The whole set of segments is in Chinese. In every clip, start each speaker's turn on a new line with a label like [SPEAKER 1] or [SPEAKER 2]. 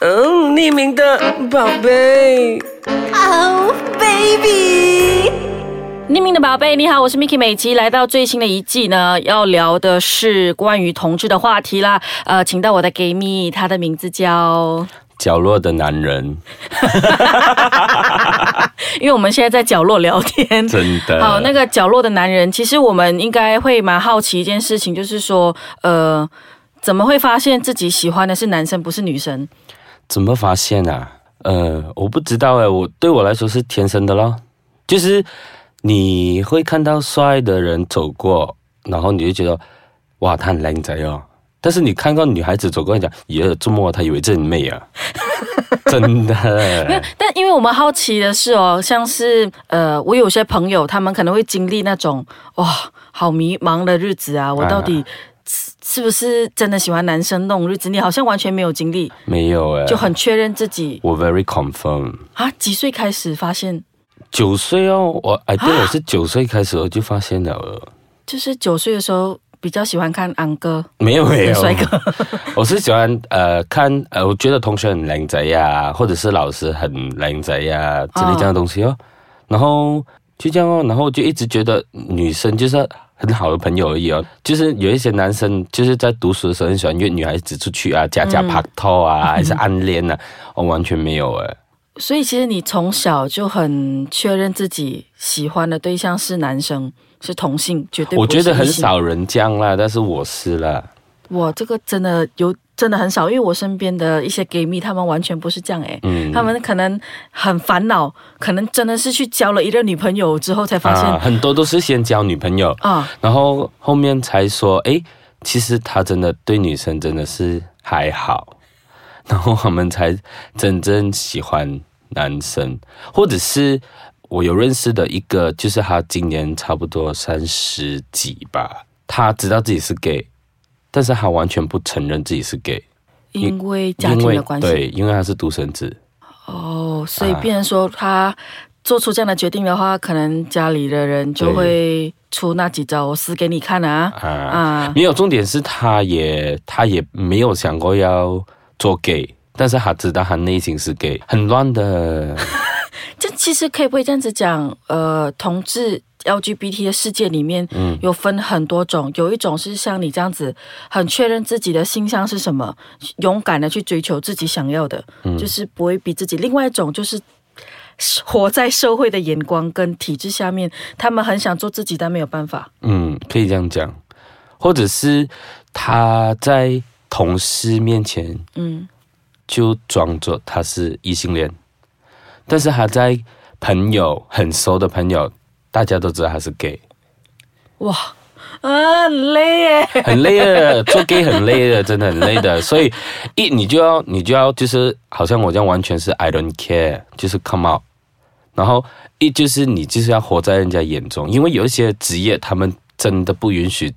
[SPEAKER 1] 嗯，匿名的宝贝。
[SPEAKER 2] Oh baby，
[SPEAKER 3] 匿名的宝贝，你好，我是 Miki 美琪，来到最新的一季呢，要聊的是关于同志的话题啦。呃，请到我的 gay 蜜，她的名字叫，
[SPEAKER 4] 角落的男人，
[SPEAKER 3] 因为我们现在在角落聊天。
[SPEAKER 4] 真的。
[SPEAKER 3] 好，那个角落的男人，其实我们应该会蛮好奇一件事情，就是说，呃，怎么会发现自己喜欢的是男生不是女生？
[SPEAKER 4] 怎么发现啊？呃，我不知道哎，我对我来说是天生的咯，就是你会看到帅的人走过，然后你就觉得哇，他很靓仔哦。但是你看到女孩子走过，你讲也这么，他以为这很美 啊，真的。欸
[SPEAKER 3] 但因为我们好奇的是哦，像是呃，我有些朋友他们可能会经历那种哇，好迷茫的日子
[SPEAKER 4] 哎
[SPEAKER 3] 啊，我到底是是不是真的喜欢男生那种日子？你好像完全没有经历，
[SPEAKER 4] 没有哎，
[SPEAKER 3] 就很确认自己
[SPEAKER 4] 我 very confirm。
[SPEAKER 3] 啊，几岁开始发现，
[SPEAKER 4] 九岁哦，我哎
[SPEAKER 3] 啊
[SPEAKER 4] 对，我是九岁开始我就发现了哦。
[SPEAKER 3] 就是九岁的时候比较喜欢看昂哥，
[SPEAKER 4] 没有没有，
[SPEAKER 3] 帅哥
[SPEAKER 4] 我是喜欢呃看呃，我觉得同学很靓仔呀，或者是老师很靓仔呀之类这样的东西哦。然后就这样哦，然后就一直觉得女生就是很好的朋友而已哦。就是有一些男生就是在读书的时候很喜欢约女孩子出去啊，假假
[SPEAKER 3] 嗯
[SPEAKER 4] 拍拖啊，还是暗恋啊，我、完全没有哎。
[SPEAKER 3] 所以其实你从小就很确认自己喜欢的对象是男生，是同性，绝对不
[SPEAKER 4] 我
[SPEAKER 3] 是
[SPEAKER 4] 觉得很
[SPEAKER 3] 异性
[SPEAKER 4] 少人这样啦，但是我是啦。
[SPEAKER 3] 我这个真的有真的很少，因为我身边的一些 gay 蜜，他们完全不是这样诶、
[SPEAKER 4] 嗯
[SPEAKER 3] 他们可能很烦恼，可能真的是去交了一个女朋友之后才发现
[SPEAKER 4] 啊，
[SPEAKER 3] 啊
[SPEAKER 4] 很多都是先交女朋友，然后后面才说，诶，其实他真的对女生真的是还好，然后我们才真正喜欢男生，或者是我有认识的一个，就是他今年差不多三十几吧，他知道自己是 gay，但是他完全不承认自己是 gay，
[SPEAKER 3] 因为家
[SPEAKER 4] 因
[SPEAKER 3] 庭
[SPEAKER 4] 为
[SPEAKER 3] 的关系
[SPEAKER 4] 对，啊因为他是独生子，
[SPEAKER 3] 哦，所以变成说他做出这样的决定的话，可能家里的人就
[SPEAKER 4] 对
[SPEAKER 3] 会出那几招，我死给你看啊
[SPEAKER 4] 啊
[SPEAKER 3] 啊！
[SPEAKER 4] 没有，重点是他也他也没有想过要做 gay，但是他知道他内心是 gay，很乱的。
[SPEAKER 3] 这其实可以不可以这样子讲？呃，同志 LGBT 的世界里面，
[SPEAKER 4] 嗯
[SPEAKER 3] 有分很多种，有一种是像你这样子，很确认自己的性向是什么，勇敢的去追求自己想要的，
[SPEAKER 4] 嗯
[SPEAKER 3] 就是不会逼自己；另外一种就是。活在社会的眼光跟体制下面，他们很想做自己，但没有办法。
[SPEAKER 4] 嗯，可以这样讲，或者是他在同事面前
[SPEAKER 3] 嗯，
[SPEAKER 4] 就装作他是异性恋，但是他在朋友很熟的朋友，大家都知道他是 gay，
[SPEAKER 3] 哇，啊，很累耶！
[SPEAKER 4] 很累的，做 gay 很累的，真的很累的。所以一你就要你就要就是好像我这样完全是 I don't care，就是 come out。然后一就是你就是要活在人家眼中，因为有一些职业他们真的不允许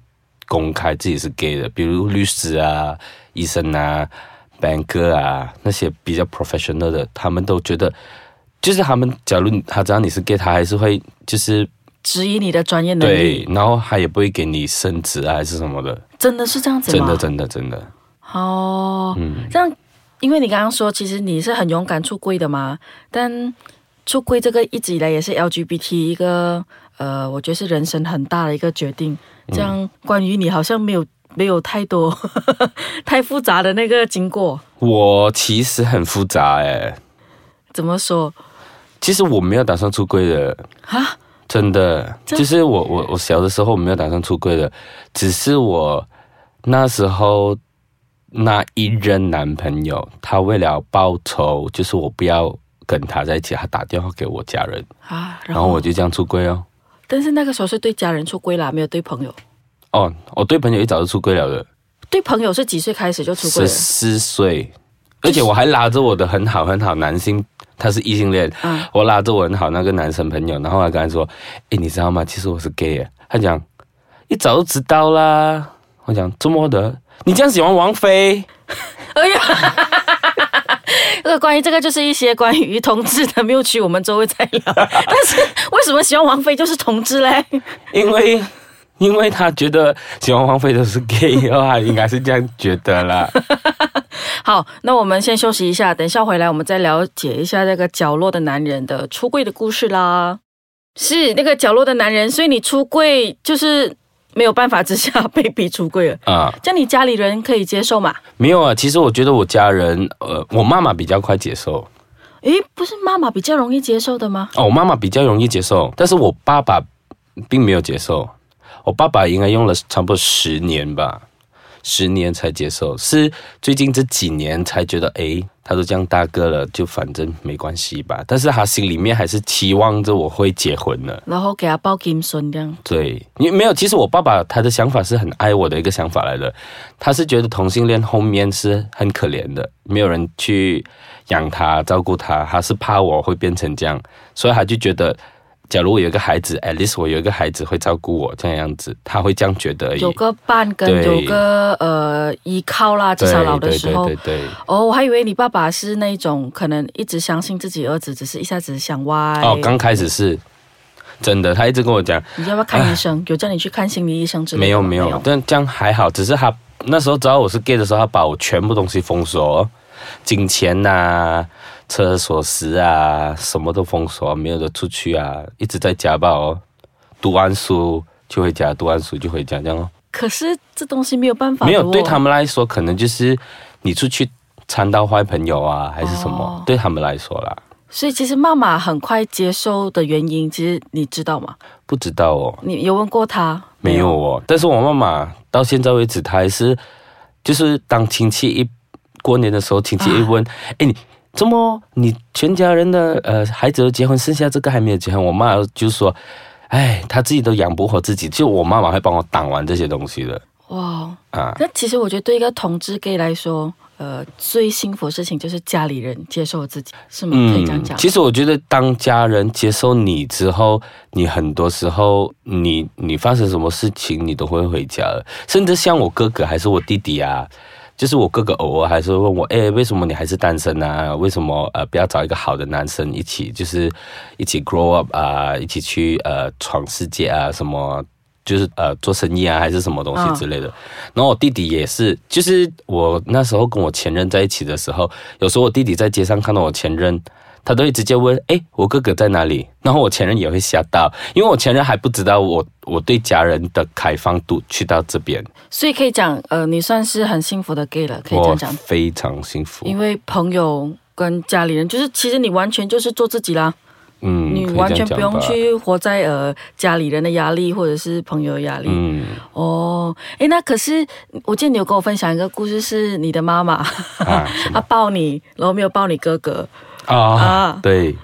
[SPEAKER 4] 公开自己是 gay 的，比如律师啊、医生啊、banker 啊那些比较 professional 的，他们都觉得。就是他们，假如他知道你是 gay，他还是会就是
[SPEAKER 3] 质疑你的专业能力，
[SPEAKER 4] 对，然后他也不会给你升职啊，还是什么的。
[SPEAKER 3] 真的是这样子
[SPEAKER 4] 真
[SPEAKER 3] 吗？
[SPEAKER 4] 的，真的，真的。嗯
[SPEAKER 3] 哦，这样，因为你刚刚说，其实你是很勇敢出柜的嘛，但出柜这个一直以来也是 LGBT 一个呃，我觉得是人生很大的一个决定。这样，关于你好像没有没有太多 太复杂的那个经过，
[SPEAKER 4] 我其实很复杂哎、
[SPEAKER 3] 怎么说？
[SPEAKER 4] 其实我没有打算出柜的
[SPEAKER 3] 啊，
[SPEAKER 4] 真的，
[SPEAKER 3] 真
[SPEAKER 4] 就是我我我小的时候我没有打算出柜的，只是我那时候那一任男朋友，他为了报仇，就是我不要跟他在一起，他打电话给我家人，
[SPEAKER 3] 啊，然
[SPEAKER 4] 然
[SPEAKER 3] 后
[SPEAKER 4] 后我就这样出柜哦。
[SPEAKER 3] 但是那个时候是对家人出柜啦，没有对朋友。
[SPEAKER 4] 哦，我对朋友一早就出柜了的，
[SPEAKER 3] 对朋友是几岁开始就出柜
[SPEAKER 4] 十
[SPEAKER 3] 了？
[SPEAKER 4] 四岁，而且我还拉着我的很好很好男性，他是异性恋，
[SPEAKER 3] 啊，
[SPEAKER 4] 我拉着我很好那个男生朋友，然后他跟他说：“诶，你知道吗？其实我是 gay 耶。”他讲：“一早就知道啦。”我讲：“这么的，你这样喜欢王菲
[SPEAKER 3] 哎呀。这个关于这个就是一些关于同志的谬区，我们周会再聊。但是为什么喜欢王菲就是同志嘞？？
[SPEAKER 4] 因为 因为他觉得喜欢王菲都是 gay 的话，应该是这样觉得啦。
[SPEAKER 3] 好，那我们先休息一下，等一下回来我们再了解一下那个角落的男人的出柜的故事啦。是那个角落的男人，所以你出柜就是没有办法之下被逼出柜了，
[SPEAKER 4] 啊、
[SPEAKER 3] 这样你家里人可以接受嘛？
[SPEAKER 4] 没有啊。其实我觉得我家人，呃，我妈妈比较快接受，
[SPEAKER 3] 诶，不是妈妈比较容易接受的吗？
[SPEAKER 4] 哦，我妈妈比较容易接受，但是我爸爸并没有接受。我爸爸应该用了差不多十年吧，十年才接受，是最近这几年才觉得，诶，他都这样大个了，就反正没关系吧。但是他心里面还是期望着我会结婚的。
[SPEAKER 3] 然后给他抱金孙这样。
[SPEAKER 4] 对，你没有。其实我爸爸他的想法是很爱我的一个想法来的，他是觉得同性恋后面是很可怜的，没有人去养他、照顾他，他是怕我会变成这样，所以他就觉得，假如我有一个孩子，at least 我有一个孩子会照顾我这样样子，他会这样觉得而已。
[SPEAKER 3] 有个伴跟
[SPEAKER 4] 对
[SPEAKER 3] 有个呃依靠啦，至
[SPEAKER 4] 对
[SPEAKER 3] 少老的时候
[SPEAKER 4] 对。对对对
[SPEAKER 3] 哦，我还以为你爸爸是那种可能一直相信自己儿子，只是一下子想歪。
[SPEAKER 4] 哦，刚开始是真的，他一直跟我讲，
[SPEAKER 3] 你要不要看医 生？有叫你去看心理医生之类的
[SPEAKER 4] 没有
[SPEAKER 3] 吗
[SPEAKER 4] 没有，但这样还好，只是他那时候知道我是 gay 的时候，他把我全部东西封锁，金钱呐、厕所时啊，什么都封锁，没有的出去啊，一直在家吧哦，读完书就回家，读完书就回家，这样哦。
[SPEAKER 3] 可是这东西没有办法的
[SPEAKER 4] 没
[SPEAKER 3] 哦、
[SPEAKER 4] 有对他们来说，可能就是你出去掺到坏朋友啊，还是什么，
[SPEAKER 3] 哦
[SPEAKER 4] 对他们来说啦，
[SPEAKER 3] 所以其实妈妈很快接受的原因，其实你知道吗？
[SPEAKER 4] 不知道哦。
[SPEAKER 3] 你有问过他
[SPEAKER 4] 没有？哦，但是我妈妈到现在为止，她还是就是当亲戚一过年的时候，亲戚一问，哎、你怎么你全家人的呃孩子都结婚，剩下这个还没有结婚？我妈就说，哎，她自己都养不活自己，就我妈妈会帮我挡完这些东西的
[SPEAKER 3] 哇，
[SPEAKER 4] 啊。
[SPEAKER 3] 那其实我觉得对一个同志 gay 来说，呃，最幸福的事情就是家里人接受自己，是吗？
[SPEAKER 4] 嗯
[SPEAKER 3] 可以这样讲。
[SPEAKER 4] 其实我觉得，当家人接受你之后，你很多时候你，你发生什么事情，你都会回家了。甚至像我哥哥还是我弟弟啊，就是我哥哥偶尔还是会问我，哎、为什么你还是单身啊？为什么呃不要找一个好的男生一起，就是一起 grow up 啊，一起去呃闯世界啊，什么就是呃做生意啊，还是什么东西
[SPEAKER 3] 嗯
[SPEAKER 4] 之类的。然后我弟弟也是，就是我那时候跟我前任在一起的时候，有时候我弟弟在街上看到我前任，他都会直接问：“哎，我哥哥在哪里？”然后我前任也会吓到，因为我前任还不知道我我对家人的开放度去到这边，
[SPEAKER 3] 所以可以讲，呃，你算是很幸福的 gay 了，可以这
[SPEAKER 4] 我
[SPEAKER 3] 样讲，
[SPEAKER 4] 非常幸福。
[SPEAKER 3] 因为朋友跟家里人，就是其实你完全就是做自己啦，
[SPEAKER 4] 嗯，
[SPEAKER 3] 你
[SPEAKER 4] 可以
[SPEAKER 3] 完
[SPEAKER 4] 这
[SPEAKER 3] 全不
[SPEAKER 4] 样讲
[SPEAKER 3] 用
[SPEAKER 4] 吧。
[SPEAKER 3] 去活在呃家里人的压力或者是朋友的压力。
[SPEAKER 4] 嗯
[SPEAKER 3] 哦，诶，那可是我记得你有跟我分享一个故事，是你的妈妈，
[SPEAKER 4] 啊
[SPEAKER 3] 她抱你，然后没有抱你哥哥，
[SPEAKER 4] 啊，
[SPEAKER 3] 啊
[SPEAKER 4] 对，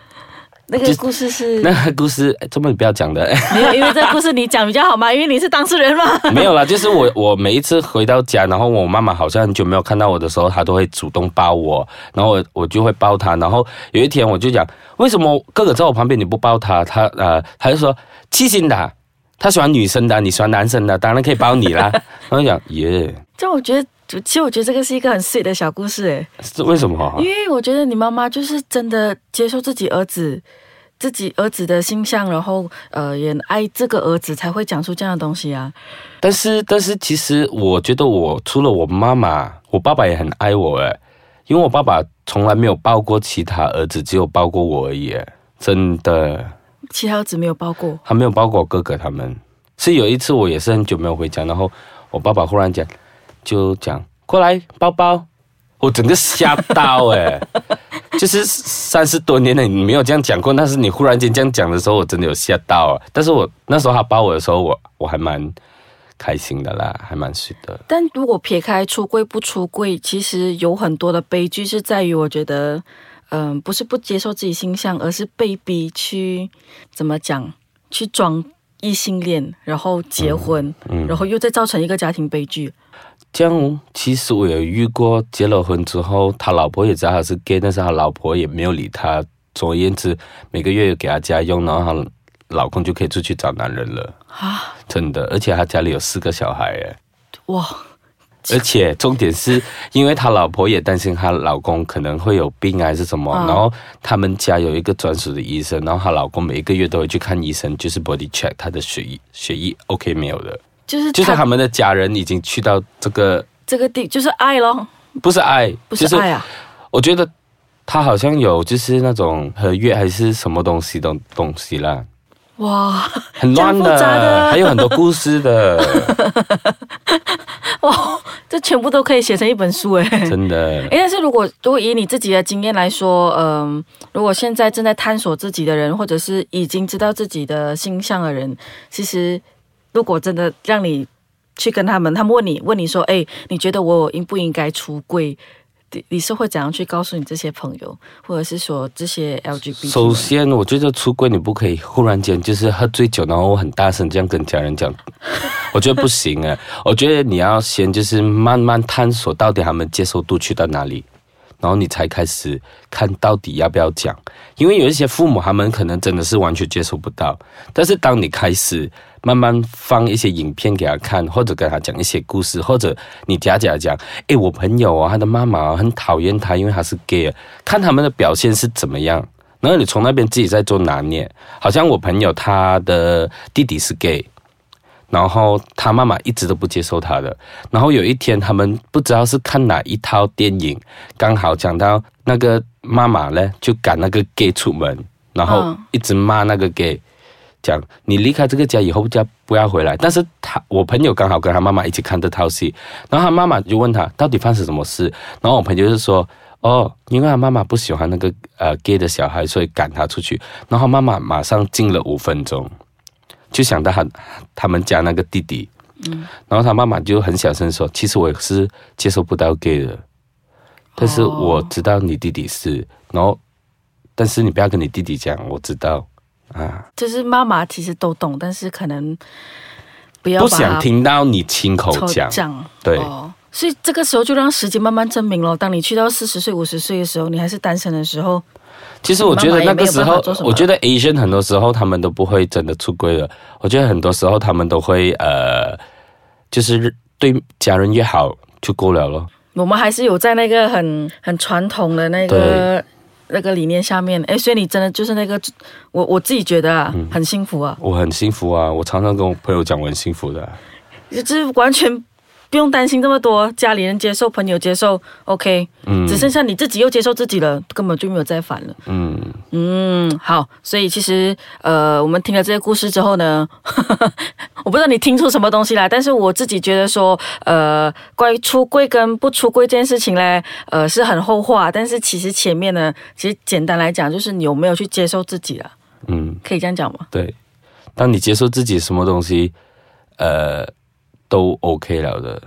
[SPEAKER 3] 那个
[SPEAKER 4] 就
[SPEAKER 3] 故事是。
[SPEAKER 4] 那个故事哎这么你不要讲的。
[SPEAKER 3] 没有，因为这个故事你讲比较好嘛，因为你是当事人嘛。
[SPEAKER 4] 没有啦，就是我我每一次回到家，然后我妈妈好像很久没有看到我的时候，她都会主动抱我，然后我我就会抱她。然后有一天我就讲，为什么哥哥在我旁边你不抱他？他呃，他就说七星的啊，他喜欢女生的啊，你喜欢男生的啊，当然可以抱你啦。 然后我讲耶，
[SPEAKER 3] 就我觉得，其实我觉得这个是一个很 sweet 的小故事，诶。
[SPEAKER 4] 是为什么啊？
[SPEAKER 3] 因为我觉得你妈妈就是真的接受自己儿子，自己儿子的形象，然后呃也爱这个儿子，才会讲出这样的东西啊。
[SPEAKER 4] 但是但是其实我觉得我除了我妈妈，我爸爸也很爱我诶，因为我爸爸从来没有抱过其他儿子，只有抱过我而已诶，真的。
[SPEAKER 3] 其他儿子没有抱过，
[SPEAKER 4] 他没有包括我哥哥他们。是有一次我也是很久没有回家，然后我爸爸忽然讲，就讲过来包包，我整个吓到哎、 就是三十多年了，你没有这样讲过，但是你忽然间这样讲的时候，我真的有吓到啊。但是我那时候他抱我的时候，我我还蛮开心的啦，还蛮 sweet 的。
[SPEAKER 3] 但如果撇开出柜不出柜，其实有很多的悲剧是在于，我觉得，嗯、不是不接受自己形象，而是被逼去怎么讲，去装异性恋，然后结婚，然后又再造成一个家庭悲剧。
[SPEAKER 4] 这样，其实我有遇过，结了婚之后，他老婆也知道他是 gay，但是他老婆也没有理他。总而言之，每个月给他家用，然后她老公就可以出去找男人了啊！真的，而且他家里有四个小孩耶，
[SPEAKER 3] 哇，
[SPEAKER 4] 而且重点是因为他老婆也担心她老公可能会有病啊还是什么，
[SPEAKER 3] 啊
[SPEAKER 4] 然后他们家有一个专属的医生，然后她老公每一个月都会去看医生，就是 body check 他的血液血液 OK 没有的，
[SPEAKER 3] 就是
[SPEAKER 4] 就是
[SPEAKER 3] 他
[SPEAKER 4] 他们的家人已经去到这个
[SPEAKER 3] 这个地，就是爱咯。
[SPEAKER 4] 不是爱，
[SPEAKER 3] 不是爱
[SPEAKER 4] 就是
[SPEAKER 3] 啊，
[SPEAKER 4] 我觉得他好像有就是那种合约还是什么东西的东西啦，
[SPEAKER 3] 哇
[SPEAKER 4] 很乱
[SPEAKER 3] 这样复杂的
[SPEAKER 4] 还有很多故事的，
[SPEAKER 3] 哇，哦这全部都可以写成一本书哎。
[SPEAKER 4] 真的。
[SPEAKER 3] 诶，但是如果如果以你自己的经验来说，嗯、如果现在正在探索自己的人，或者是已经知道自己的倾向的人，其实如果真的让你去跟他们，他们问你问你说，诶，你觉得我应不应该出柜？你你是会怎样去告诉你这些朋友，或者是说这些 LGBT？
[SPEAKER 4] 首先，我觉得出柜你不可以忽然间就是喝醉酒，然后很大声这样跟家人讲，我觉得不行哎。我觉得你要先就是慢慢探索到底他们接受度去到哪里，然后你才开始看到底要不要讲。因为有一些父母他们可能真的是完全接受不到，但是当你开始慢慢放一些影片给他看，或者跟他讲一些故事，或者你假假讲，诶，我朋友啊，他的妈妈、啊、很讨厌他，因为他是 gay，啊看他们的表现是怎么样。然后你从那边自己在做拿捏，好像我朋友他的弟弟是 gay，然后他妈妈一直都不接受他的。然后有一天，他们不知道是看哪一套电影，刚好讲到那个妈妈呢，就赶那个 gay 出门，然后
[SPEAKER 3] 嗯
[SPEAKER 4] 一直骂那个 gay，讲你离开这个家以后不要不要回来。但是他我朋友刚好跟他妈妈一起看这套戏，然后他妈妈就问他到底发生什么事，然后我朋友就说。哦，因为他妈妈不喜欢那个呃 gay 的小孩，所以赶他出去。然后妈妈马上静了五分钟，就想到他他们家那个弟弟，
[SPEAKER 3] 嗯
[SPEAKER 4] 然后他妈妈就很小声说：“其实我是接受不到 gay 的，但
[SPEAKER 3] 哦
[SPEAKER 4] 是我知道你弟弟是，然后但是你不要跟你弟弟讲，我知道啊，
[SPEAKER 3] 就是妈妈其实都懂，但是可能不要
[SPEAKER 4] 不
[SPEAKER 3] 把
[SPEAKER 4] 想
[SPEAKER 3] 它
[SPEAKER 4] 听到你亲口
[SPEAKER 3] 抽
[SPEAKER 4] 讲，
[SPEAKER 3] 奖
[SPEAKER 4] 对
[SPEAKER 3] 哦，所以这个时候就让时间慢慢证明了。当你去到四十岁、五十岁的时候，你还是单身的时候，
[SPEAKER 4] 其实我觉得那个时
[SPEAKER 3] 妈妈也没有办
[SPEAKER 4] 候
[SPEAKER 3] 法做什，么
[SPEAKER 4] 我觉得 Asian 很多时候他们都不会真的出轨了。我觉得很多时候他们都会呃，就是对家人越好就够了咯。
[SPEAKER 3] 我们还是有在那个很很传统的那个那个理念下面。哎，所以你真的就是那个，我我自己觉得啊，很幸福啊，
[SPEAKER 4] 我很幸福啊，我常常跟我朋友讲我很幸福的啊、
[SPEAKER 3] 就是完全。不用担心这么多，家里人接受，朋友接受，OK，、
[SPEAKER 4] 嗯
[SPEAKER 3] 只剩下你自己又接受自己了，根本就没有再烦了。
[SPEAKER 4] 嗯，
[SPEAKER 3] 嗯，好，所以其实呃，我们听了这些故事之后呢， 我不知道你听出什么东西来，但是我自己觉得说，呃，关于出柜跟不出柜这件事情嘞，呃，是很后话，但是其实前面呢，其实简单来讲，就是你有没有去接受自己了，啊
[SPEAKER 4] 嗯，
[SPEAKER 3] 可以这样讲吗？
[SPEAKER 4] 对。当你接受自己什么东西，呃，都 OK 了的。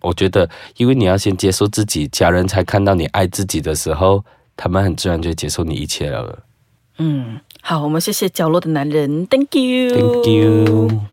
[SPEAKER 4] 我觉得，因为你要先接受自己，家人才看到你爱自己的时候，他们很自然就会接受你一切了的。
[SPEAKER 3] 嗯，好，我们谢谢角落的男人，Thank you，Thank
[SPEAKER 4] Thank you。